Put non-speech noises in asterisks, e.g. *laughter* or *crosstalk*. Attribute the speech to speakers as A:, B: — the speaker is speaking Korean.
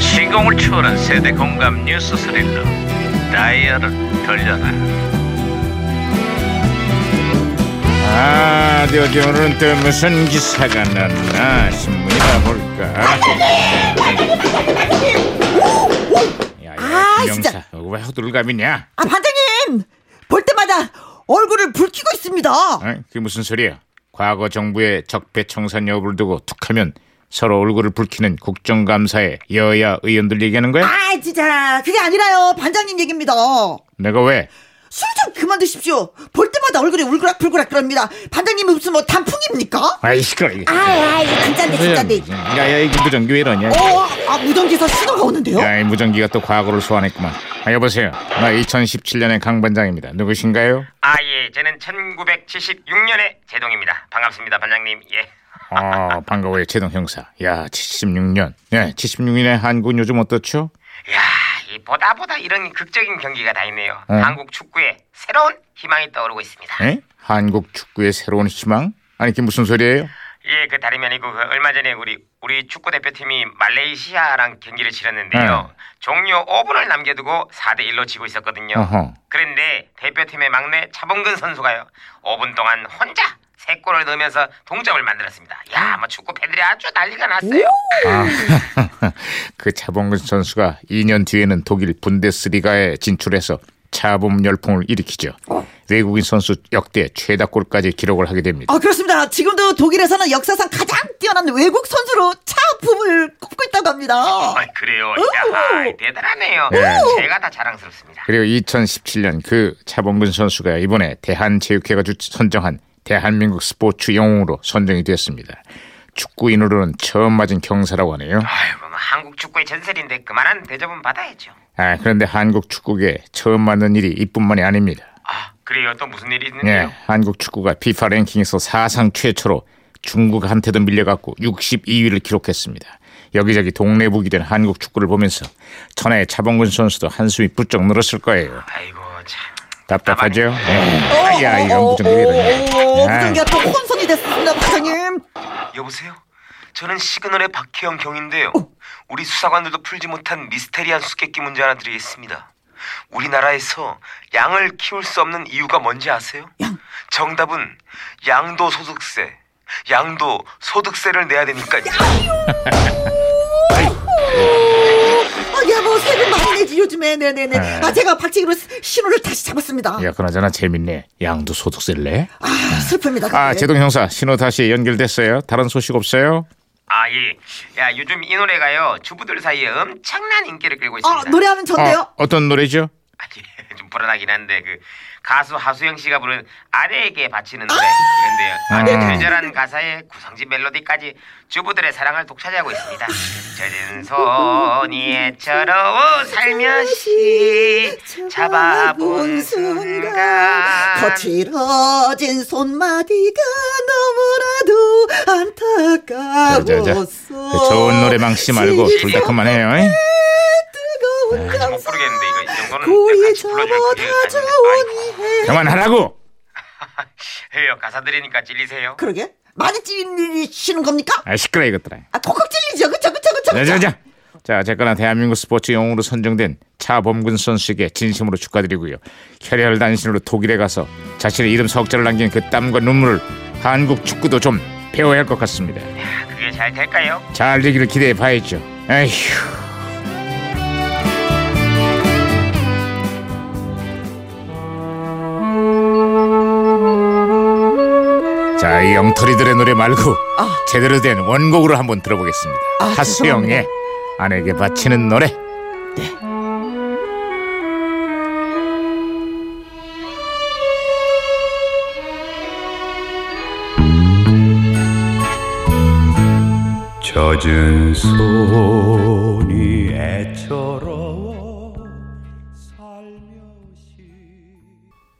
A: 시공을 초월한 세대 공감 뉴스 스릴러 다이얼은 돌려라
B: 아, 어디 어디 오늘은 또 무슨 기사가 났나 신문이나 볼까? 야, 야,
C: 아,
B: 김영사,
C: 진짜.
B: 왜 호들갑이냐?
C: 아 반장님 볼 때마다 얼굴을 붉히고 있습니다.
B: 어? 그게 무슨 소리야? 과거 정부의 적폐청산 여부를 두고 툭하면 서로 얼굴을 붉히는 국정감사에 여야 의원들 얘기하는 거야?
C: 아 진짜 그게 아니라요 반장님 얘기입니다.
B: 내가 왜?
C: 술 좀 그만두십시오. 볼 때마다 얼굴이 울그락불그락 그럽니다. 반장님이 무슨 뭐 단풍입니까?
B: 아이 시끄러 이게.
C: 아아 이거 진짠데 진짠데.
B: 야야 이 무전기 왜 이러냐?
C: 어아 무전기에서 신호가 오는데요.
B: 야, 이 무전기가 또 과거를 소환했구만. 아, 여보세요. 나 2017년의 강 반장입니다. 누구신가요?
D: 아예 저는 1976년에 제동입니다. 반갑습니다 반장님. 예.
B: 아, 반가워요, 최동 형사. 야, 76년. 예, 76년의 한국은 요즘 어떻죠?
D: 야, 이 보다 보다 이런 극적인 경기가 다 있네요.
B: 응.
D: 한국 축구에 새로운 희망이 떠오르고 있습니다.
B: 예? 한국 축구의 새로운 희망? 아니, 이게 무슨 소리예요?
D: 예, 그 다름이 아니고 그 얼마 전에 우리 우리 축구 대표팀이 말레이시아랑 경기를 치렀는데요.
B: 네.
D: 종료 5분을 남겨두고 4대 1로 지고 있었거든요.
B: 어허.
D: 그런데 대표팀의 막내 차범근 선수가요. 5분 동안 혼자 세 골을 넣으면서 동점을 만들었습니다.
B: 네.
D: 야, 뭐 축구 팬들이 아주 난리가 났어요.
B: 그 차범근 선수가 2년 뒤에는 독일 분데스리가에 진출해서 차범 열풍을 일으키죠. 외국인 선수 역대 최다골까지 기록을 하게 됩니다.
C: 아 그렇습니다. 지금도 독일에서는 역사상 가장 뛰어난 외국 선수로 차품을 꼽고 있다고 합니다.
D: 아, 그래요. 야, 대단하네요.
B: 네.
D: 제가 다 자랑스럽습니다.
B: 그리고 2017년 그 차범근 선수가 이번에 대한체육회가 주- 선정한 대한민국 스포츠 영웅으로 선정이 됐습니다. 축구인으로는 처음 맞은 경사라고 하네요.
D: 아이고, 뭐 한국 축구의 전설인데 그만한 대접은 받아야죠.
B: 아, 그런데 한국 축구계 처음 맞는 일이 이뿐만이 아닙니다.
D: 아, 그래요. 또 무슨 일이
B: 예,
D: 있는데요?
B: 한국 축구가 FIFA 랭킹에서 사상 최초로 중국한테도 밀려갔고 62위를 기록했습니다. 여기저기 동네북이 된 한국 축구를 보면서 천하의 차범근 선수도 한숨이 부쩍 늘었을 거예요.
D: 아이고, 참.
B: 답답하죠?
C: 어,
B: 예. 야,
C: 어,
B: 이건
C: 어,
B: 무슨 왜
C: 어, 어, 어,
B: 이러냐?
C: 무전기가 또 혼선이 됐습니다 반장님.
D: 여보세요? 저는 시그널의 박혜영 경인데요. 우리 수사관들도 풀지 못한 미스테리한 수수께끼 문제 하나 드리겠습니다. 우리나라에서 양을 키울 수 없는 이유가 뭔지 아세요? 정답은 양도 소득세. 양도 소득세를 내야 되니까요.
C: 아, 야, 뭐, 세금 많이 내지, 요즘에. 네네네. 아, 제가 박치기로 시- 신호를 다시 잡았습니다.
B: 야, 그나저나 재밌네. 양도 소득세를 내?
C: 아, 슬픕니다.
B: 아,
C: 그게.
B: 제동 형사, 신호 다시 연결됐어요. 다른 소식 없어요?
D: 아 예. 야 요즘 이 노래가요 주부들 사이에 엄청난 인기를 끌고
C: 아,
D: 있습니다.
C: 노래하면 전데요?
B: 아, 어떤 노래죠?
D: 아, 예, *laughs* 좀 불안하긴 한데 그 가수 하수영 씨가 부른 아내에게 바치는 노래 그런데요. 아주
B: 음.
D: 절절한 가사에 구성지 멜로디까지 주부들의 사랑을 독차지하고 있습니다. 젖은 손이 애처로워 살며시 잡아본 순간
C: 거칠어진 손마디가 너무나도
B: 자자자.
C: 안타까웠어.
B: 그 좋은 노래 망치 말고 네. 둘 다 그만해요. 잉?
C: 뜨거운
D: 아직 어, 못
C: 감사.
D: 부르겠는데 이거 이 정도는
C: 고이
D: 같이
C: 잡아
D: 불러줄 기회가 아닌데.
C: 다져온 해.
B: 그만하라고.
D: 아이고, 해요 가사 들으니까 찔리세요.
C: 그러게. 많이 찔리시는 겁니까?
B: 아, 시끄러 이것들아.
C: 아, 콕콕 찔리죠. 그쵸, 그쵸, 그쵸. 그쵸?
B: 네, 자자자. 자, 제거나 대한민국 스포츠 영웅으로 선정된 차범근 선수에게 진심으로 축하드리고요. 혈혈단신으로 독일에 가서 자신의 이름 석자를 남긴 그 땀과 눈물을 한국 축구도 좀 배워야 할 것 같습니다.
D: 아, 그게 잘 될까요?
B: 잘 되기를 기대해 봐야죠. 에휴. 자, 이 영털이들의 노래 말고 제대로 된 원곡으로 한번 들어보겠습니다.
C: 아,
B: 하수영의 아내에게 바치는 노래.
E: 젖은 손이 애처로워